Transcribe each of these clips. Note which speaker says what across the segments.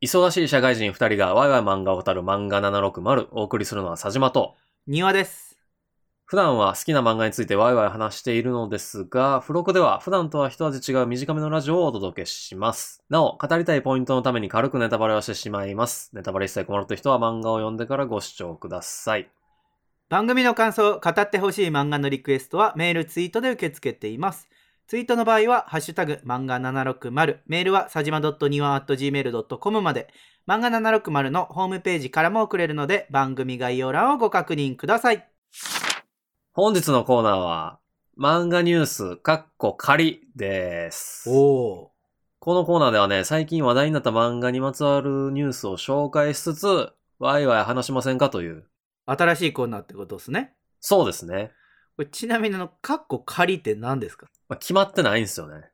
Speaker 1: 忙しい社会人二人がワイワイ漫画を語る漫画760お送りするのは佐島と、
Speaker 2: 庭です。
Speaker 1: 普段は好きな漫画についてワイワイ話しているのですが、付録では普段とは一味違う短めのラジオをお届けします。なお、語りたいポイントのために軽くネタバレをしてしまいます。ネタバレ一切困るという人は漫画を読んでからご視聴ください。
Speaker 2: 番組の感想、語ってほしい漫画のリクエストはメール、ツイートで受け付けています。ツイートの場合は、ハッシュタグ、漫画760、メールは、さじま .niwa.gmail.com まで、漫画760のホームページからも送れるので、番組概要欄をご確認ください。
Speaker 1: 本日のコーナーは、漫画ニュース、カッコ仮です。
Speaker 2: お
Speaker 1: このコーナーではね、最近話題になった漫画にまつわるニュースを紹介しつつ、ワイワイ話しませんかという。
Speaker 2: ー。新しいコーナーってことですね。
Speaker 1: そうですね。
Speaker 2: これちなみにあの、カッコ仮って何ですか
Speaker 1: まあ、決まってないんですよね。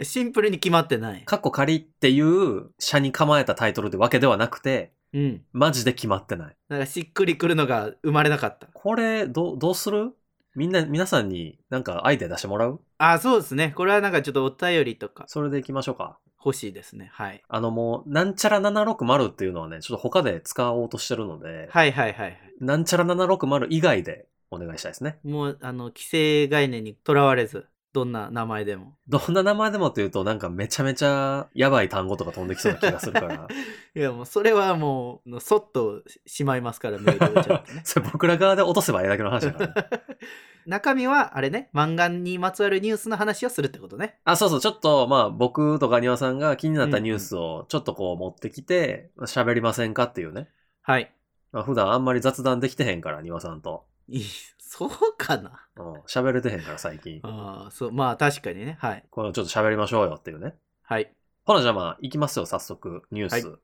Speaker 2: シンプルに決まってない。
Speaker 1: カッコ仮っていう、社に構えたタイトルでわけではなくて、
Speaker 2: うん。
Speaker 1: マジで決まってない。
Speaker 2: だからしっくりくるのが生まれなかった。
Speaker 1: これ、どう、どうするみんな、皆さんになんかアイデア出してもらう
Speaker 2: あ、そうですね。これはなんかちょっとお便りとか
Speaker 1: それで行きましょうか。
Speaker 2: 欲しいですね。はい。
Speaker 1: あのもう、なんちゃら760っていうのはね、ちょっと他で使おうとしてるので、
Speaker 2: はいはいはいはい。
Speaker 1: なんちゃら760以外でお願いしたいですね。
Speaker 2: もう、あの、規制概念にとらわれず、どんな名前でも。
Speaker 1: どんな名前でもっていうと、なんかめちゃめちゃやばい単語とか飛んできそうな気がする から。。
Speaker 2: いや、もう、それはもう、そっとしまいますから、メールをちゃんとね
Speaker 1: それ僕ら側で落とせばいいだけの話だからね、
Speaker 2: 中身は、あれね、漫画にまつわるニュースの話をするってことね。
Speaker 1: あ、そうそう、ちょっとまあ僕とか庭さんが気になったニュースをちょっとこう持ってきて喋りませんかっていうね。
Speaker 2: はい。
Speaker 1: まあ、普段あんまり雑談できてへんから、庭さんと。
Speaker 2: いいそうかな。
Speaker 1: うん喋れてへんから最近。
Speaker 2: ああ、そう、まあ、確かにね。はい。
Speaker 1: これをちょっと喋りましょうよっていうね。
Speaker 2: はい。
Speaker 1: ほな、じゃあまあ行きますよ、早速、ニュース。
Speaker 2: は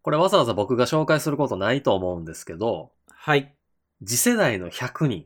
Speaker 1: これわざわざ僕が紹介することないと思うんですけど、
Speaker 2: はい。
Speaker 1: 次世代の100人。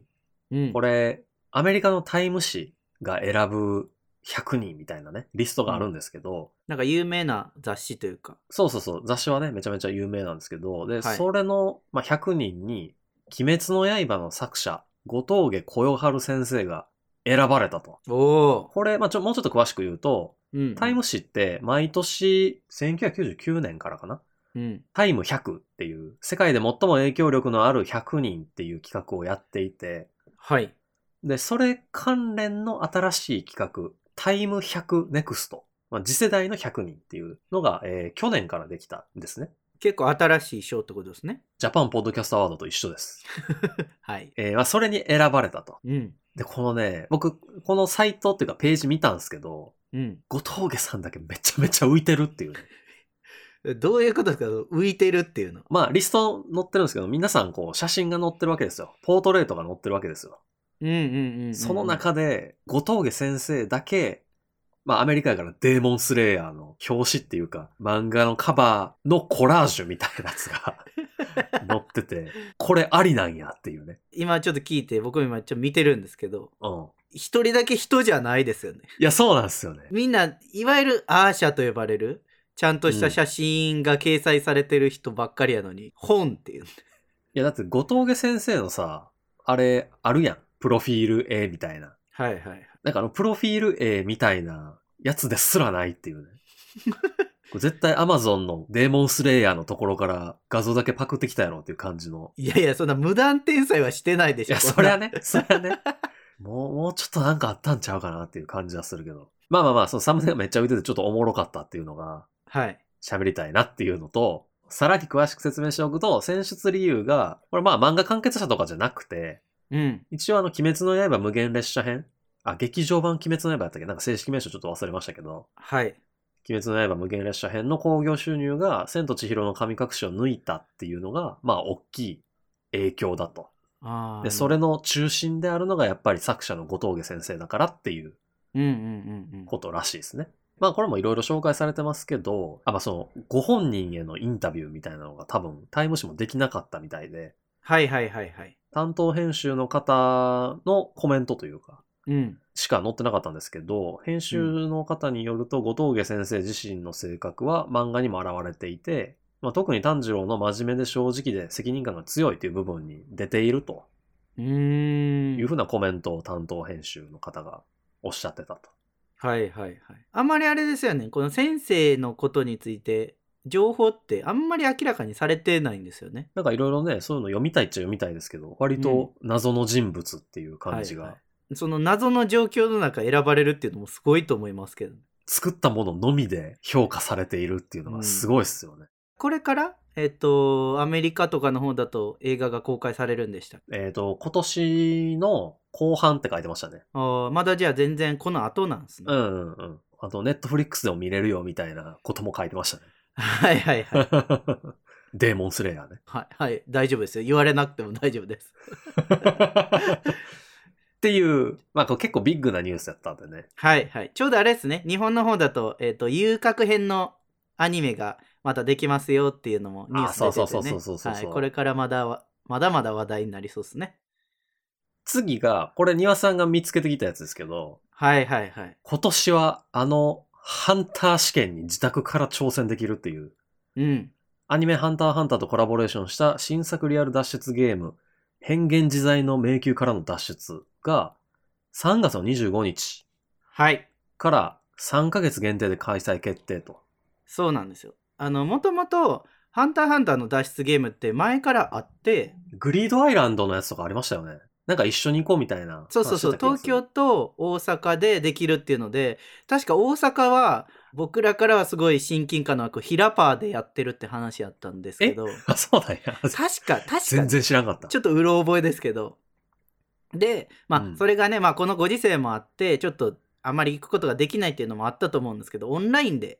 Speaker 2: うん。
Speaker 1: これ、アメリカのタイム誌が選ぶ100人みたいなね、リストがあるんですけど、
Speaker 2: なんか有名な雑誌というか。
Speaker 1: そうそうそう、雑誌はね、めちゃめちゃ有名なんですけど、で、
Speaker 2: はい
Speaker 1: それの、まあ、100人に、鬼滅の刃の作者、後峠小夜春先生が選ばれたと。
Speaker 2: おお。
Speaker 1: これ、まあ、ちょ、もうちょっと詳しく言うと、
Speaker 2: うん。
Speaker 1: タイム誌って毎年1999年からかな
Speaker 2: うん。
Speaker 1: タイム100っていう、世界で最も影響力のある100人っていう企画をやっていて、
Speaker 2: はい。
Speaker 1: で、それ関連の新しい企画、タイム100ネクスト。まあ、次世代の100人っていうのが、えー去年からできたんですね。
Speaker 2: 結構新しい賞ってことですね。
Speaker 1: ジャパンポッドキャストアワードと一緒です。
Speaker 2: はい。
Speaker 1: えーまあ、それに選ばれたと。
Speaker 2: うん。
Speaker 1: で、このね、僕、このサイトっていうかページ見たんですけど、
Speaker 2: うん。
Speaker 1: 後峠さんだけめちゃめちゃ浮いてるっていうね。
Speaker 2: どういうことですか浮いてるっていうの。
Speaker 1: まあ、リスト載ってるんですけど、皆さんこう、写真が載ってるわけですよ。ポートレートが載ってるわけですよ。
Speaker 2: うんうんうん、うん。
Speaker 1: その中で、後峠先生だけ、まあアメリカやからデーモンスレイヤーの表紙っていうか、漫画のカバーのコラージュみたいなやつが 載ってて、これありなんやっていうね。
Speaker 2: 今ちょっと聞いて、僕も今ちょっと見てるんですけど、
Speaker 1: うん。
Speaker 2: 一人だけ人じゃないですよね。
Speaker 1: いや、そうなんですよね。
Speaker 2: みんな、いわゆるアーシャと呼ばれる、ちゃんとした写真が掲載されてる人ばっかりやのに、本っていう。
Speaker 1: いや、だって後峠先生のさ、あれ、あるやん。プロフィール絵みたいな。
Speaker 2: はいはいはい。
Speaker 1: なんかあの、プロフィール絵みたいなやつですらないっていうね。これ絶対 Amazon のデーモンスレイヤーのところから画像だけパクってきたやろっていう感じの
Speaker 2: いやいや、そんな無断転載はしてないで
Speaker 1: い
Speaker 2: しょ。
Speaker 1: や、そりゃね、そりゃね。もう、もうちょっとなんかあったんちゃうかなっていう感じはするけど。まあまあまあ、そのサムネがめっちゃ浮いててちょっとおもろかったっていうのが
Speaker 2: はい。
Speaker 1: 喋りたいなっていうのと、さらに詳しく説明しておくと、選出理由が、これまあ漫画完結者とかじゃなくて、
Speaker 2: うん。
Speaker 1: 一応あの、鬼滅の刃無限列車編あ、劇場版鬼滅の刃だったっけなんか正式名称ちょっと忘れましたけど、
Speaker 2: はい。
Speaker 1: 鬼滅の刃無限列車編の興行収入が、千と千尋の神隠しを抜いたっていうのが、まあ大きい影響だと。
Speaker 2: ああ。
Speaker 1: で、それの中心であるのがやっぱり作者の後峠先生だからっていう
Speaker 2: うんうんうんうん。
Speaker 1: ことらしいですね。まあこれもいろいろ紹介されてますけど、あ、まあその、ご本人へのインタビューみたいなのが多分タイム誌もできなかったみたいで、
Speaker 2: はいはいはいはい。
Speaker 1: 担当編集の方のコメントというか、
Speaker 2: うん。
Speaker 1: しか載ってなかったんですけど、編集の方によると、後峠先生自身の性格は漫画にも現れていて、まあ、特に炭治郎の真面目で正直で責任感が強いという部分に出ていると
Speaker 2: うーん。
Speaker 1: いうふうなコメントを担当編集の方がおっしゃってたと。
Speaker 2: はいはいはい。あんまりあれですよね、この先生のことについて、情報ってあんまり明らかにされてないんですよね。
Speaker 1: なんかいろいろね、そういうの読みたいっちゃ読みたいですけど、割と謎の人物っていう感じ
Speaker 2: はい
Speaker 1: が
Speaker 2: は、その謎の状況の中選ばれるっていうのもすごいと思いますけど。
Speaker 1: 作ったもののみで評価されているっていうのがすごいっすよね。
Speaker 2: これから、えっと、アメリカとかの方だと映画が公開されるんでしたっけ
Speaker 1: えっ、と、今年の後半って書いてましたね。
Speaker 2: ああまだじゃあ全然この後なんですね。
Speaker 1: うんうんうん。あと、ネットフリックスでも見れるよみたいなことも書いてまし
Speaker 2: はいはい
Speaker 1: た
Speaker 2: はい。
Speaker 1: ね。 デーモンスレイヤーね。
Speaker 2: はい、はい、大丈夫ですよ。言われなくても大丈夫です。
Speaker 1: っていう、まあこれ結構ビッグなニュースだったんでね。
Speaker 2: はいはい。ちょうどあれですね。日本の方だと、えっ、と、遊郭編のアニメがまたできますよっていうのもニュース出てて、ね、
Speaker 1: あそうそうそうそうそうそう
Speaker 2: はい。これからまだわ、まだまだ話題になりそうですね。
Speaker 1: 次が、これ庭さんが見つけてきたやつですけど、
Speaker 2: はいはいはい。
Speaker 1: 今年はあのハンター試験に自宅から挑戦できるっていう、
Speaker 2: うん。
Speaker 1: アニメハンターハンターとコラボレーションした新作リアル脱出ゲーム、変幻自在の迷宮からの脱出が、3月の25日
Speaker 2: はい。
Speaker 1: から3ヶ月限定で開催決定と。
Speaker 2: そうなんですよ。あの、もともと、ハンターハンターの脱出ゲームって前からあって、
Speaker 1: グリードアイランドのやつとかありましたよね。なんか一緒に行こうみたいな。
Speaker 2: そうそうそう、
Speaker 1: 話
Speaker 2: 東
Speaker 1: してた気が
Speaker 2: 京
Speaker 1: する。
Speaker 2: と大阪でできるっていうので、確か大阪は、僕らからはすごい親近感のある、ヒラパーでやってるって話やったんですけど、
Speaker 1: あ、そうだよ。
Speaker 2: 確か、確か、
Speaker 1: 全然知らんかった。
Speaker 2: ちょっとうろ覚えですけど。で、まあ、
Speaker 1: うん
Speaker 2: それがね、まあ、このご時世もあって、ちょっとあまり行くことができないっていうのもあったと思うんですけど、オンラインで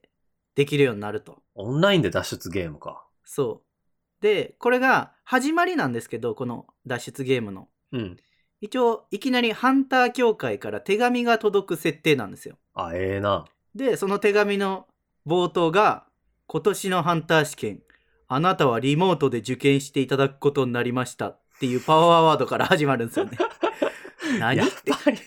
Speaker 2: できるようになると。
Speaker 1: オンラインで脱出ゲームか。
Speaker 2: そう。で、これが始まりなんですけど、この脱出ゲームの。
Speaker 1: うん。
Speaker 2: 一応、いきなりハンター協会から手紙が届く設定なんですよ。
Speaker 1: あ、ええな。
Speaker 2: で、その手紙の冒頭が、今年のハンター試験、あなたはリモートで受験していただくことになりましたっていうパワーワードから 始まるんですよね。何
Speaker 1: やっ
Speaker 2: って。
Speaker 1: ぱり、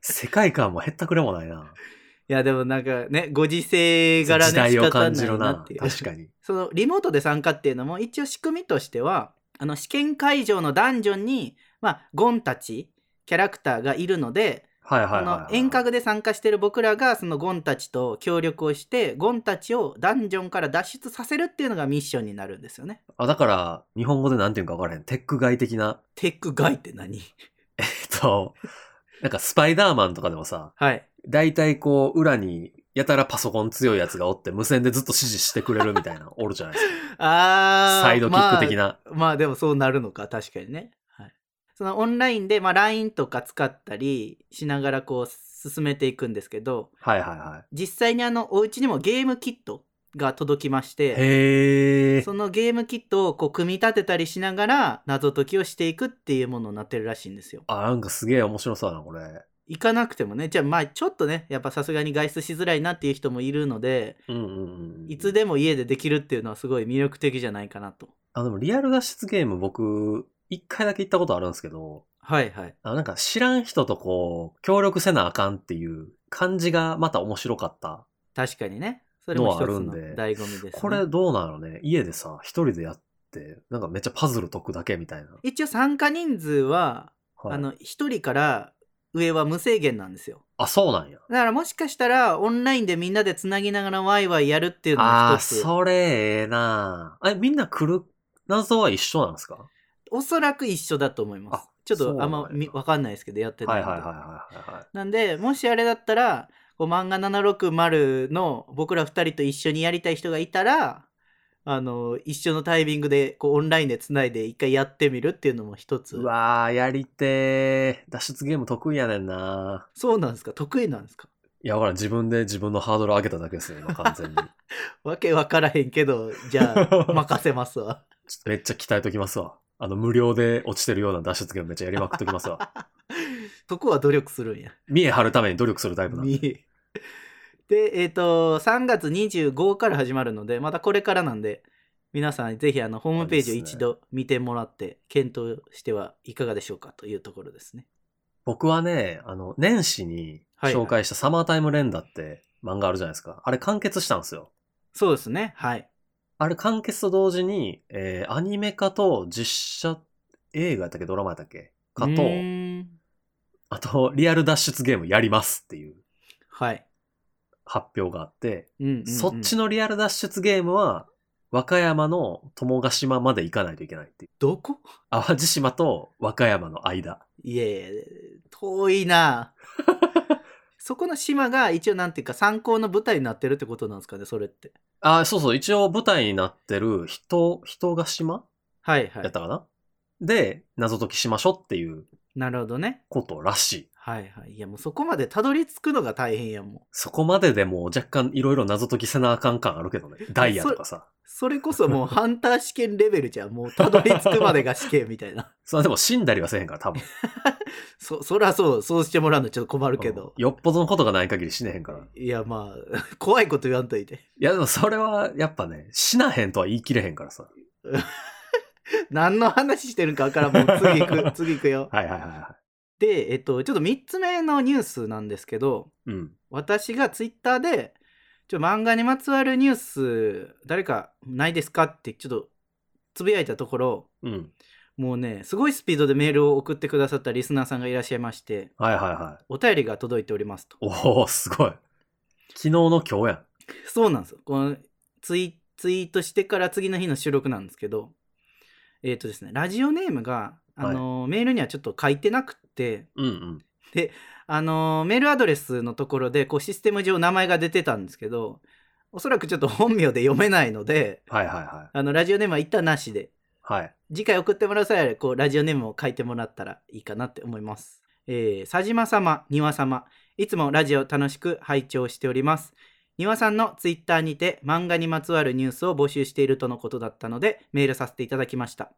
Speaker 1: 世界観もへったくれもないな。
Speaker 2: いや、でもなんかね、ご時世柄ね、
Speaker 1: 時代を
Speaker 2: 仕方
Speaker 1: 感じる
Speaker 2: ない
Speaker 1: な。
Speaker 2: なっていう。
Speaker 1: 確かに。
Speaker 2: そのリモートで参加っていうのも一応仕組みとしてはあの試験会場のダンジョンに、まあ、ゴンたちキャラクターがいるので、
Speaker 1: はいはいはい、
Speaker 2: あの遠隔で参加してる僕らがそのゴンたちと協力をしてゴンたちをダンジョンから脱出させるっていうのがミッションになるんですよね。
Speaker 1: あ、だから、日本語でなんていうんか分からへん。テック外的な。
Speaker 2: テックガイって何
Speaker 1: えっと、なんかスパイダーマンとかでもさ、
Speaker 2: はい。
Speaker 1: 大体こう、裏に、やたらパソコン強いやつがおって、無線でずっと指示してくれるみたいな、 おるじゃないですか。
Speaker 2: あー
Speaker 1: サイドキック的
Speaker 2: まあ
Speaker 1: な。
Speaker 2: まあでもそうなるのか確かにね、はい、そのオンラインで、まあ、LINE とか使ったりしながらこう進めていくんですけど
Speaker 1: はいはいはい。
Speaker 2: 実際にあのお家にもゲームキットが届きまして
Speaker 1: へえ。
Speaker 2: そのゲームキットをこう組み立てたりしながら謎解きをしていくっていうものになってるらしいんですよ
Speaker 1: あ、なんかすげえ面白そうだな、これ。
Speaker 2: 行かなくてもねじゃあまあちょっとねやっぱさすがに外出しづらいなっていう人もいるので
Speaker 1: うんうんうん。
Speaker 2: いつでも家でできるっていうのはすごい魅力的じゃないかなと
Speaker 1: あ、でもリアル脱出ゲーム僕、一回だけ行ったことあるんですけど、
Speaker 2: はいはい
Speaker 1: あなんか知らん人とこう、協力せなあかんっていう感じがまた面白かった。
Speaker 2: 確かにねそれも一つ
Speaker 1: のはあるん
Speaker 2: の
Speaker 1: で
Speaker 2: 醍醐味です、ね、
Speaker 1: これどうなのね家でさ、一人でやって、なんかめっちゃパズル解くだけみたいな。
Speaker 2: 一応参加人数は、
Speaker 1: はい
Speaker 2: あの1人から上は無制限なんですよ
Speaker 1: あ、そうなんや。
Speaker 2: だからもしかしたらオンラインでみんなでつなぎながらワイワイやるっていうの
Speaker 1: あ
Speaker 2: も
Speaker 1: あ、
Speaker 2: 一つ
Speaker 1: それええなあえ、みんな来る謎は一緒なんですかは
Speaker 2: おそらく一緒だと思います
Speaker 1: あ
Speaker 2: ちょっ
Speaker 1: そう
Speaker 2: と
Speaker 1: な
Speaker 2: あ
Speaker 1: ん
Speaker 2: ん
Speaker 1: や
Speaker 2: まみわかんないですけどやって
Speaker 1: い
Speaker 2: な
Speaker 1: はいい
Speaker 2: んで
Speaker 1: はいはいはいはい。
Speaker 2: なんでもしあれだったらこう漫画760の僕ら2人と一緒にやりたい人がいたらあの一緒のタイミングでこうオンラインでつないで一回やってみるっていうのも一つ
Speaker 1: うわーやりてー。脱出ゲーム得意やねんな
Speaker 2: そうなんですか得意なんですか
Speaker 1: いや、ほらん、自分で自分のハードル上げただけですよ、 今完全に。ちょっ
Speaker 2: わけわからへんけどじゃ あ任せますわ
Speaker 1: とめっちゃ鍛えときますわ。あの、無料で落ちてるような脱出ゲームめっちゃやりまくっときますわ。
Speaker 2: そこは努力するんや
Speaker 1: 見え張るために努力するタイプなんで。
Speaker 2: にで、えっ、と、3月25から始まるので、またこれからなんで、皆さんぜひあのホームページを
Speaker 1: いいっすね
Speaker 2: 一度見てもらって、検討してはいかがでしょうかというところですね。
Speaker 1: 僕はね、あの、年始に紹介したサマータイム連打って漫画あるじゃないですか。あれ完結したんですよ。
Speaker 2: そうですね。はい。
Speaker 1: あれ完結と同時に、えーアニメ化と実写映画やったっけドラマやったっけか
Speaker 2: う
Speaker 1: と、
Speaker 2: ーん
Speaker 1: あと、リアル脱出ゲームやりますっていう。
Speaker 2: はい。
Speaker 1: 発表があって、
Speaker 2: うんうんうん
Speaker 1: そっちのリアル脱出ゲームは、和歌山の友ヶ島まで行かないといけないっていう。
Speaker 2: どこ
Speaker 1: 淡路島と和歌山の間。
Speaker 2: いやいや、遠いな そこの島が一応なんていうか参考の舞台になってるってことなんですかね、それって。
Speaker 1: あ、そうそう、一応舞台になってる人、人が島
Speaker 2: はい
Speaker 1: や
Speaker 2: は
Speaker 1: っ
Speaker 2: い。
Speaker 1: たかな、で、謎解きしましょうっていう
Speaker 2: なるほどね。
Speaker 1: ことらしい。
Speaker 2: はいはい。いやもうそこまでたどり着くのが大変やもん。
Speaker 1: そこまででもう若干いろいろ謎解きせなあかん感あるけどね。ダイヤとかさ。
Speaker 2: それこそもうハンター試験レベルじゃん。もうたどり着くまでが試験みたいな。
Speaker 1: それでも死んだりはせへんから多分。
Speaker 2: そ、そりゃそう、そうしてもらうのちょっと困るけど
Speaker 1: うん。よっぽどのことがない限り死ねへんから。い
Speaker 2: いやまあ、怖いこと言わんといて。
Speaker 1: やでもそれはやっぱね、死なへんとは言い切れへんからさ。
Speaker 2: 何の話してるかわからん。もう次行く、次行くよ。
Speaker 1: はいはいはいは
Speaker 2: で、えっと、ちょっと3つ目のニュースなんですけど、
Speaker 1: い。うん。
Speaker 2: 私がツイッターで、ちょ漫画にまつわるニュース、誰かないですかってちょっとつぶやいたところ、
Speaker 1: うん。
Speaker 2: もうね、すごいスピードでメールを送ってくださったリスナーさんがいらっしゃいまして、
Speaker 1: はいはいはい。
Speaker 2: お便りが届いておりますと。
Speaker 1: おおすごい。昨日の今日やん。
Speaker 2: そうなんですよ。このツイツイートしてから次の日の収録なんですけど、えっ、とですね、ラジオネームが、あのメールにはちょっと書いてなくって、
Speaker 1: うんうん。
Speaker 2: あのメールアドレスのところでこうシステム上名前が出てたんですけど、おそらくちょっと本名で読めないので、
Speaker 1: はいはいは
Speaker 2: あのラジオネームは一旦なしで、
Speaker 1: い。はい。
Speaker 2: 次回送ってもらう際はこうラジオネームを書いてもらったらいいかなって思います。えー、佐島様、庭様、いつもラジオ楽しく拝聴しております。庭さんのツイッターにて漫画にまつわるニュースを募集しているとのことだったのでメールさせていただきました。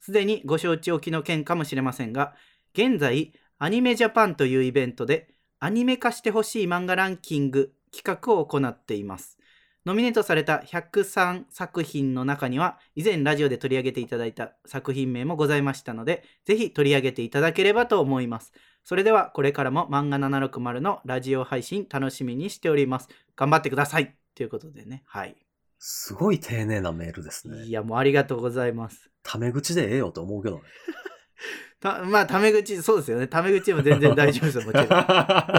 Speaker 2: すでにご承知おきの件かもしれませんが、現在、アニメジャパンというイベントでアニメ化してほしい漫画ランキング企画を行っています。ノミネートされた103作品の中には、以前ラジオで取り上げていただいた作品名もございましたので、ぜひ取り上げていただければと思います。それでは、これからも漫画760のラジオ配信楽しみにしております。頑張ってくださいということでね、はい。
Speaker 1: すごい丁寧なメールです
Speaker 2: い
Speaker 1: ね。
Speaker 2: や、もうありがとうございます。
Speaker 1: タメ口でええよと思う けどね。
Speaker 2: たまあ、タメ口、そうですよね。タメ口でも全然大丈夫ですよ、もちろん。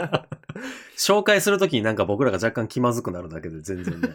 Speaker 1: 紹介するときになんか僕らが若干気まずくなるだけで全然ね。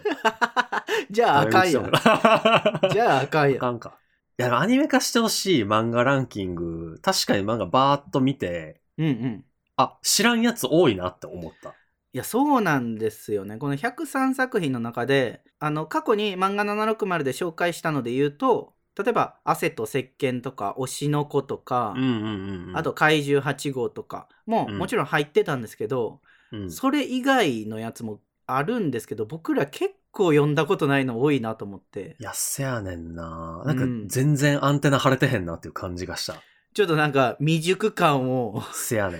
Speaker 2: じ ゃあ、あかんやん。
Speaker 1: じ
Speaker 2: じ
Speaker 1: ゃあ、
Speaker 2: ゃあ、あかん
Speaker 1: あ
Speaker 2: やん。
Speaker 1: かんか。いや、アニメ化してほしい漫画ランキング、確かに漫画バーっと見て、
Speaker 2: うんうん。
Speaker 1: あ、知らんやつ多いなって思った。
Speaker 2: いやそうなんですよねこの103作品の中であの過去に漫画760で紹介したので言うと例えば「汗と石鹸とか「推しの子」とか、
Speaker 1: うんうんうんうん。
Speaker 2: あと「怪獣8号」とかも、
Speaker 1: うん
Speaker 2: もちろん入ってたんですけど、
Speaker 1: うん、
Speaker 2: それ以外のやつもあるんですけど僕ら結構読んだことないの多いなと思って
Speaker 1: いや、せやねんな。なんか
Speaker 2: うん
Speaker 1: 全然アンテナ張れてへんなっていう感じがした。
Speaker 2: ちょっとなんか未熟感を
Speaker 1: せやねん。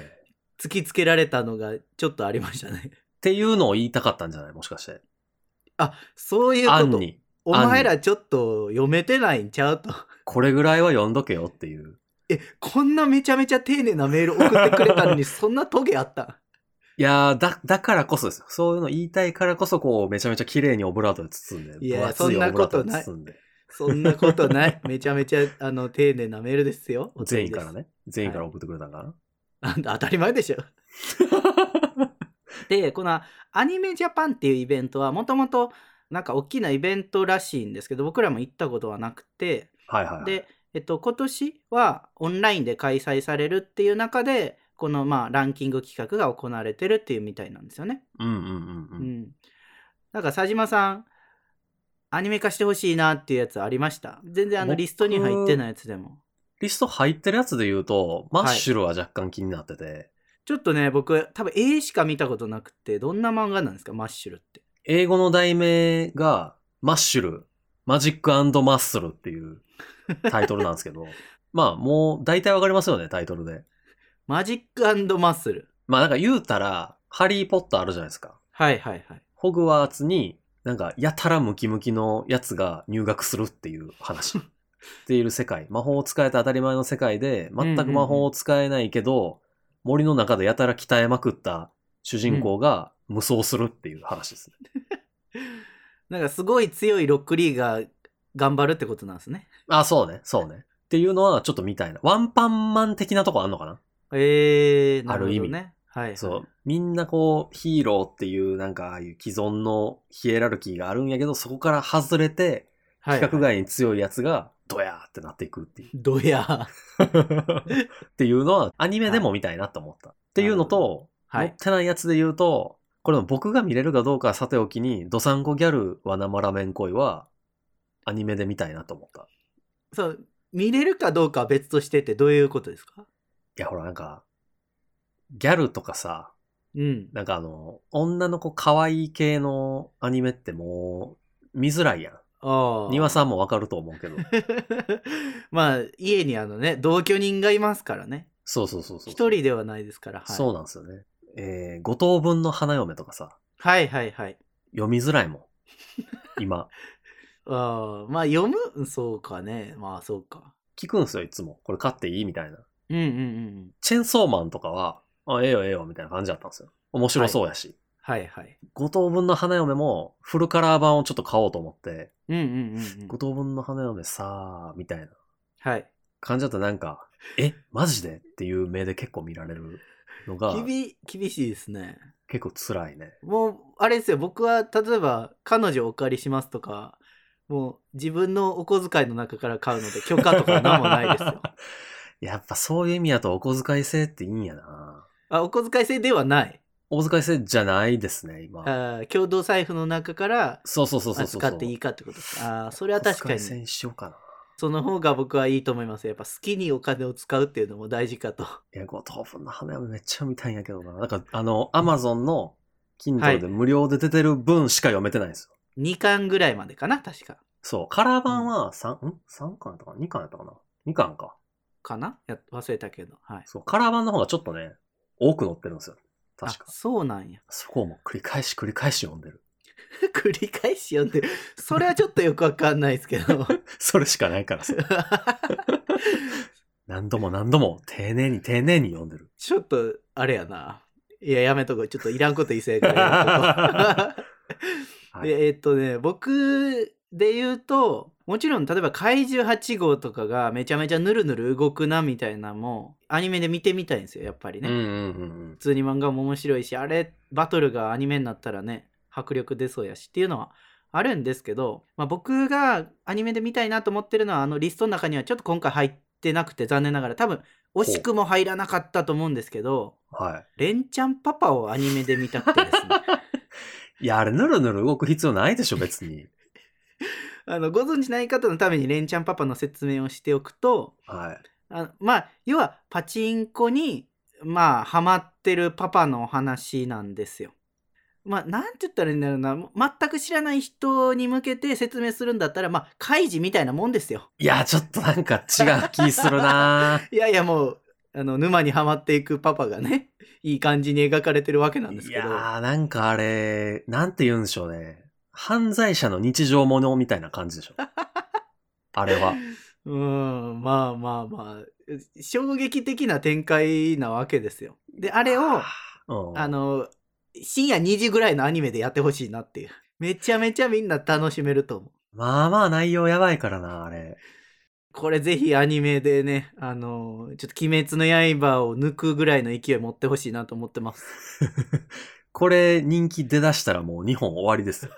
Speaker 1: っ
Speaker 2: 突きつけられたのがちょっとありましたね。
Speaker 1: ていうのを言いたかったんじゃないもしかして。
Speaker 2: あそういうこ
Speaker 1: 案
Speaker 2: と
Speaker 1: に。
Speaker 2: お前らちょっと読めてないんちゃうと。
Speaker 1: これぐらいは読んどけよっていう。
Speaker 2: えこんなめちゃめちゃ丁寧なメール送ってくれたのにそんなトゲあ った
Speaker 1: いやー、だ、だからこそですよ。そういうの言いたいからこそ、こう、めちゃめちゃ綺麗にオブラートで包んで。
Speaker 2: いや
Speaker 1: 分厚
Speaker 2: そんな
Speaker 1: オブラートで
Speaker 2: ことない
Speaker 1: 包んで。
Speaker 2: そんなことないめちゃめちゃあの丁寧なメールですよお便
Speaker 1: 全
Speaker 2: り
Speaker 1: 員
Speaker 2: で
Speaker 1: か
Speaker 2: す
Speaker 1: らね。全員から送ってくれたんか な。
Speaker 2: あ当たり前でしょ でこのアニメジャパンっていうイベントはもともとなんか大きなイベントらしいんですけど僕らも行ったことはなくて
Speaker 1: はいはいはい。
Speaker 2: で、えっと、今年はオンラインで開催されるっていう中でこのまあランキング企画が行われてるっていうみたいなんですよね
Speaker 1: うんうんうんう。
Speaker 2: うんん。なんか佐島さん、アニメ化してほしいなっていうやつありました全然あの
Speaker 1: 僕
Speaker 2: リストに入ってないやつでも。
Speaker 1: リスト入ってるやつで言うと、マッシュルは若干気になってて、
Speaker 2: ちょっとね、僕、多分絵しか見たことなくて、どんな漫画なんですか、マッシュルって。
Speaker 1: 英語の題名が、マッシュル、マジックマッスルっていうタイトルなんですけ ど、まあもう大体わかりますよね、タイトルで。
Speaker 2: マジックマッスル。
Speaker 1: まあなんか言うたら、ハリーポッターあるじゃないですか。
Speaker 2: はいはいはい。
Speaker 1: ホグワーツに、なんか、やたらムキムキのやつが入学するっていう 話。っていう世界。魔法を使えた当たり前の世界で、全く魔法を使えないけど、森の中でやたら鍛えまくった主人公が無双するっていう話ですね。
Speaker 2: なんかすごい強いロックリーが頑張るってことなんですね。
Speaker 1: あ、そうね、そうね。っていうのはちょっとみたいな。ワンパンマン的なとこあんのかな
Speaker 2: えー、な
Speaker 1: あ
Speaker 2: る
Speaker 1: る意
Speaker 2: ほど
Speaker 1: 味
Speaker 2: ね。はい。
Speaker 1: そう。みんなこう、ヒーローっていう、なんか、ああいう既存のヒエラルキーがあるんやけど、そこから外れて、
Speaker 2: はい。
Speaker 1: 規格外に強いやつが、ドヤーってなっていくっていう。
Speaker 2: どや。
Speaker 1: っていうのは、アニメでも見たいなと思った。っていうのと、
Speaker 2: は
Speaker 1: 持
Speaker 2: い
Speaker 1: っ。てないやつで言うと、これも僕が見れるかどうかはさておきに、ドサンコギャルは生ラメン恋は、アニメで見たいなと思った。
Speaker 2: そう。見れるかどうかは別としてってどういうことですか
Speaker 1: いや、ほら、なんか、ギャルとかさ、
Speaker 2: うん。
Speaker 1: なんかあの、女の子可愛い系のアニメってもう、見づらいやん。
Speaker 2: ああ。
Speaker 1: 庭さんもわかると思うけ ど。
Speaker 2: まあ、家にあのね、同居人がいますからね。
Speaker 1: そうそうそうそう。
Speaker 2: 一人ではないですから。はい、
Speaker 1: そうなんですよね。えー、五等分の花嫁とかさ、
Speaker 2: はいはいはい。
Speaker 1: 読みづらいもん。今、
Speaker 2: ああまあ、読む、そうかね。まあ、そうか。
Speaker 1: 聞くんすよ、いつも。これ買っていいみたいな。
Speaker 2: うんうんうん。
Speaker 1: チェンソーマンとかは、あ、ええよええよ、みたいな感じだったんですよ。面白そうやし。
Speaker 2: はいはい。
Speaker 1: 五等分の花嫁も、フルカラー版をちょっと買おうと思って、
Speaker 2: うんうんうんうん
Speaker 1: 五。等分の花嫁さー、みたいな
Speaker 2: はい。
Speaker 1: 感じだとなんか、え、マジでっていう目で結構見られるのが、
Speaker 2: 厳厳しいですね。
Speaker 1: 結構辛いね。
Speaker 2: もう、あれですよ、僕は例えば、彼女をお借りしますとか、もう自分のお小遣いの中から買うので、許可とか何もないですよ。
Speaker 1: やっぱそういう意味だとお小遣い制っていいんやな。
Speaker 2: あお小遣い制ではない。
Speaker 1: お小遣い制じゃないですね、今。
Speaker 2: あー共同財布の中から
Speaker 1: そうそうそうそうそう。
Speaker 2: 扱っていいかってことです。ああ、それは確か
Speaker 1: お小遣い制
Speaker 2: に。
Speaker 1: にしようかな。
Speaker 2: その方が僕はいいと思います。やっぱ好きにお金を使うっていうのも大事かと。
Speaker 1: いや、五等分の花嫁めっちゃ見たいんやけどな。なんか、あの、アマゾンの
Speaker 2: は
Speaker 1: Kindle
Speaker 2: い
Speaker 1: で無料で出てる分しか読めてないんですよ。
Speaker 2: 2巻ぐらいまでかな、確か。
Speaker 1: そう。カラー版は3、ん ?3 巻やったかな ?2 巻やったかな ?2 巻か。
Speaker 2: かなや忘れたけど。はい。
Speaker 1: そう。カラー版の方がちょっとね、多く載ってるんですよ。
Speaker 2: あ
Speaker 1: 確か。
Speaker 2: そうなんや。
Speaker 1: そこをもう繰り返し繰り返し読んでる。
Speaker 2: 繰り返し読んでる。それはちょっとよくわかんないですけど。
Speaker 1: それしかない からさ。何度も何度も丁寧に丁寧に読んでる。
Speaker 2: ちょっと、あれやな。いや、やめとこう。ちょっといらんこと言いそうやからやめとこう
Speaker 1: はい
Speaker 2: でえっとね、僕で言うと、もちろん、例えば怪獣8号とかがめちゃめちゃぬるぬる動くなみたいなのも、アニメで見てみたいんですよ、やっぱりね。
Speaker 1: うんうんうん
Speaker 2: 普通に漫画も面白いし、あれ、バトルがアニメになったらね、迫力出そうやしっていうのはあるんですけど、まあ、僕がアニメで見たいなと思ってるのは、あのリストの中にはちょっと今回入ってなくて、残念ながら、多分、惜しくも入らなかったと思うんですけど、
Speaker 1: うん。は
Speaker 2: レンちゃんパパをアニメで見たくてですね。
Speaker 1: い。いや、あれ、ぬるぬる動く必要ないでしょ、別に。
Speaker 2: あの、ご存知ない方のためにレンちゃんパパの説明をしておくと、
Speaker 1: はい。
Speaker 2: あまあ、要はパチンコに、まあ、ハマってるパパのお話なんですよ。まあ、なんて言ったらいいんだろうな、全く知らない人に向けて説明するんだったら、まあ、開示みたいなもんですよ。
Speaker 1: いや、ちょっとなんか違う気するな
Speaker 2: いやいや、もう、あの、沼にはまっていくパパがね、 いい感じに描かれてるわけなんです
Speaker 1: い
Speaker 2: け
Speaker 1: や
Speaker 2: ど。
Speaker 1: ー、なんかあれ、なんて言うんでしょうね。犯罪者の日常ものみたいな感じでし ょ。あれは。
Speaker 2: うーん、まあまあまあ、衝撃的な展開なわけですよ。で、あれを、
Speaker 1: うん。
Speaker 2: あの、深夜2時ぐらいのアニメでやってほしいなっていう。めちゃめちゃみんな楽しめると思う。
Speaker 1: まあまあ内容やばいからな、あれ。
Speaker 2: これぜひアニメでね、あの、ちょっと鬼滅の刃を抜くぐらいの勢い持ってほしいなと思ってます。
Speaker 1: これ人気出だしたらもう2本終わりですよ。い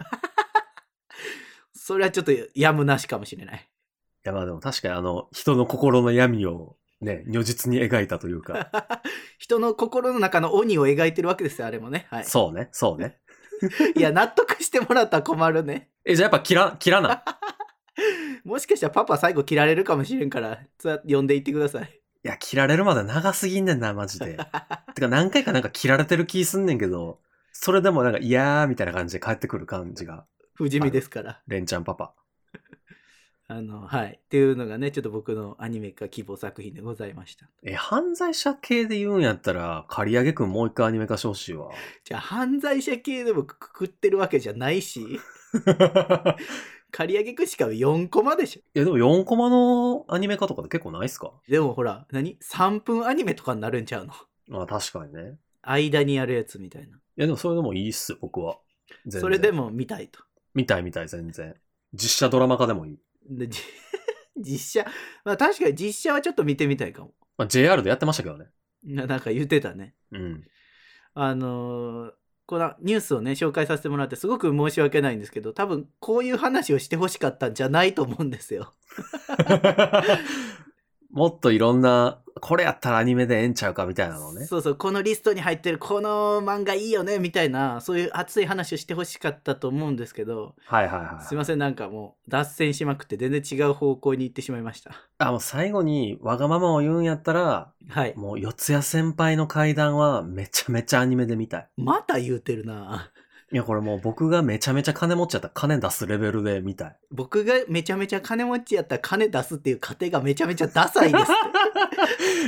Speaker 2: それはちょっとやむなしかもしれない。
Speaker 1: やまあでも確かにあの、人の心の闇をね、如実に描いたという か。
Speaker 2: 人の心の中の鬼を描いてるわけですよ、あれもね。はい。
Speaker 1: そうね、そうね。
Speaker 2: いや、納得してもらったら困るね。
Speaker 1: え、じゃあやっぱ切ら、切らない。
Speaker 2: もしかしたらパパ最後切られるかもしれんから、つわ呼んでいってください。
Speaker 1: いや、切られるまで長すぎんねんな、マジで。てか何回かなんか切られてる気すんねんけど、それでもなんか、いやーみたいな感じで帰ってくる感じが、
Speaker 2: 不死身ですから。
Speaker 1: レンちゃんパパ。
Speaker 2: あの、はい。っていうのがね、ちょっと僕のアニメ化希望作品でございました。
Speaker 1: え、犯罪者系で言うんやったら、刈り上げくんもう一回アニメ化してほしい わ。
Speaker 2: じゃあ、犯罪者系でもくくってるわけじゃないし、借り上げくしか4コマでし
Speaker 1: いや、でも4コマのアニメ化とかで結構ないっすか
Speaker 2: ょ。でもほら、何 ?3 分アニメとかになるんちゃうの
Speaker 1: まあ確かにね。
Speaker 2: 間にやるやつみたいな。
Speaker 1: いや、でもそれでもいいっす、僕は。全然
Speaker 2: それで。も見たいと。
Speaker 1: 見たい見たい、全然。実写ドラマ化でもいい。
Speaker 2: でじ 実写、まあ確かに実写はちょっと見てみたいかも。
Speaker 1: まあ JR でやってましたけどね。
Speaker 2: ななんか言ってたね。
Speaker 1: うん。
Speaker 2: あのーこのニュースをね紹介させてもらってすごく申し訳ないんですけど多分こういう話をしてほしかったんじゃないと思うんですよ。
Speaker 1: もっといろんな、これやったらアニメでええんちゃうかみたいなのをね。
Speaker 2: そうそうこのリストに入ってるこの漫画いいよねみたいなそういう熱い話をしてほしかったと思うんですけど
Speaker 1: はいはいはい。
Speaker 2: すいませんなんかもう脱線しまくって全然違う方向に行ってしまいました。
Speaker 1: あ、もう最後にわがままを言うんやったら、
Speaker 2: はい
Speaker 1: もう四谷先輩の階段はめちゃめちゃアニメで見たい。
Speaker 2: また言うてるない
Speaker 1: や、これもう僕がめちゃめちゃ金持っちゃったら金出すレベルで見 たい。
Speaker 2: 僕がめちゃめちゃ金持ちやったら金出すっていう過程がめちゃめちゃダサい ですっ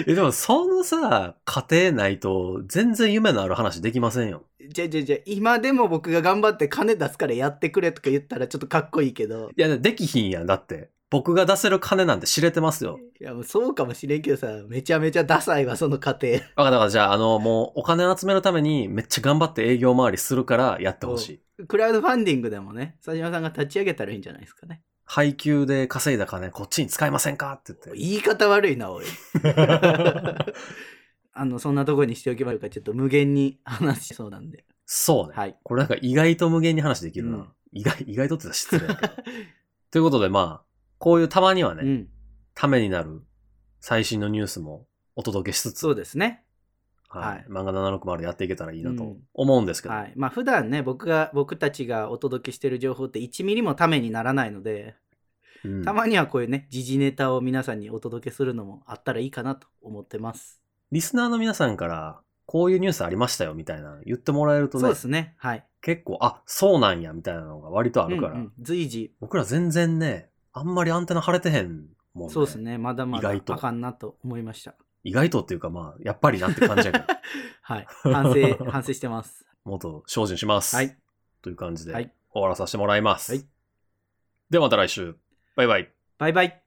Speaker 2: て
Speaker 1: え、でもそのさ、家庭ないと全然夢のある話できませんよ。
Speaker 2: じゃあじゃあじゃあ今でも僕が頑張って金出すからやってくれとか言ったらちょっとかっこいいけど
Speaker 1: いや、できひんやん。だって、僕が出せる金なんて知れてますよ。
Speaker 2: いやもうそうかもしれんけどさめちゃめちゃダサいわその過程
Speaker 1: あ、だからじゃあ、あの、もうお金集めるためにめっちゃ頑張って営業回りするからやってほしい。
Speaker 2: クラウドファンディングでもね佐島さんが立ち上げたらいいんじゃないですかね
Speaker 1: 配給で稼いだ金こっちに使いませんかって言って。
Speaker 2: 言い方悪いな おい あのそんなとこにしておけばよかちょっと無限に話しそうなんで
Speaker 1: そうね。
Speaker 2: はい
Speaker 1: これなんか意外と無限に話できるな。
Speaker 2: うん
Speaker 1: 意外、意外とって言ったら失礼だけど。 ということでまあ、こういうたまにはね、
Speaker 2: うん
Speaker 1: ためになる最新のニュースもお届けしつつ、
Speaker 2: そうですね
Speaker 1: は
Speaker 2: はい
Speaker 1: い、漫画760やっていけたらいいな
Speaker 2: う
Speaker 1: と
Speaker 2: ん
Speaker 1: 思うんですけど、
Speaker 2: はい、まあ普段ね僕が僕たちがお届けしてる情報って1ミリもためにならないので、
Speaker 1: うん
Speaker 2: たまにはこういうね時事ネタを皆さんにお届けするのもあったらいいかなと思ってます。
Speaker 1: リスナーの皆さんから、こういうニュースありましたよみたいなの言ってもらえると
Speaker 2: そう
Speaker 1: ね
Speaker 2: で、すね。はい。
Speaker 1: 結構、あ、そうなんやみたいなのが割とあるから、
Speaker 2: うんうん随時
Speaker 1: 僕ら全然ね、あんまりアンテナ張れてへんもんね。
Speaker 2: そうですねまだまだ
Speaker 1: 意外と
Speaker 2: あかんなと思いました。
Speaker 1: 意外とっていうかまあ、やっぱりなって感じやけど、
Speaker 2: はい。反省 反省してます。
Speaker 1: もっと精進します。
Speaker 2: はい。
Speaker 1: という感じで、
Speaker 2: はい
Speaker 1: 終わらさせてもらいます。
Speaker 2: はい
Speaker 1: ではまた来週。バイバイ。
Speaker 2: バイバイ。